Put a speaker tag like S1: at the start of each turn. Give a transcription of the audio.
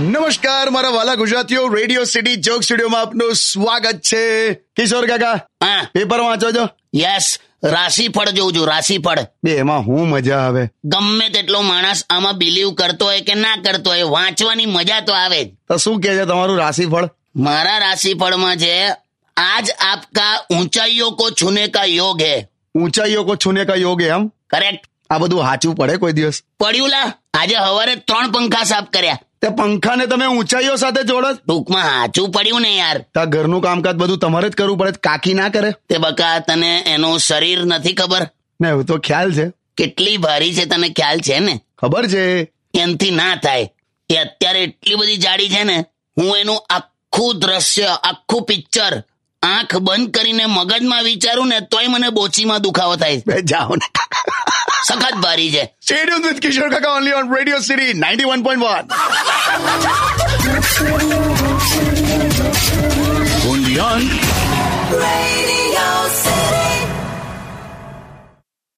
S1: નમસ્કાર મારા વાલા ગુજરાતીઓ રેડિયો સિટી જોક સ્ટુડિયોમાં આપનું સ્વાગત છે કિશોર કાકા
S2: હા
S1: પેપર વાંચો છો
S2: યસ રાશિફળ જોઉં છું રાશિફળ
S1: બે એમાં હું મજા આવે
S2: ગમે તેટલો માણસ આમાં બિલીવ કરતો હોય કે ના કરતો હોય વાંચવાની મજા તો આવે જ
S1: તો શું કહે છે તમારું રાશિફળ
S2: મારા રાશિફળમાં છે આજ આપકા ઊંચાઈઓ કો છૂને કા યોગ હે
S1: ઊંચાઈઓ કો છૂને કા યોગ હે એમ
S2: કરેક્ટ
S1: આ બધું હાચું પડે કોઈ દિવસ
S2: પડ્યું લા આજે હવારે ત્રણ પંખા સાફ કર્યા
S1: તે પંખાને તમે ઊંચાઈઓ સાથે જોડો છો?
S2: ટૂંકમાં હાચું પડ્યું ને યાર
S1: તો આ ઘરનું કામકાજ બધું તમારે જ કરવું પડે કાકી ના કરે
S2: તે બકા તને એનું શરીર નથી ખબર
S1: ને એવું તો ખ્યાલ છે
S2: કેટલી ભારી છે તને ખ્યાલ છે ને
S1: ખબર છે
S2: એનથી ના થાય એ અત્યારે એટલી બધી જાડી છે ને હું એનું આખું દ્રશ્ય આખું પિક્ચર આંખ બંધ કરીને મગજમાં વિચારું ને તોય મને બોચીમાં દુખાવો થાય
S1: બે જાઓ ને
S2: સખત ભારી છે
S1: સ્ટેડિયમ વિથ કિશોર કાકા only on radio city ninety one point one
S3: Radio City.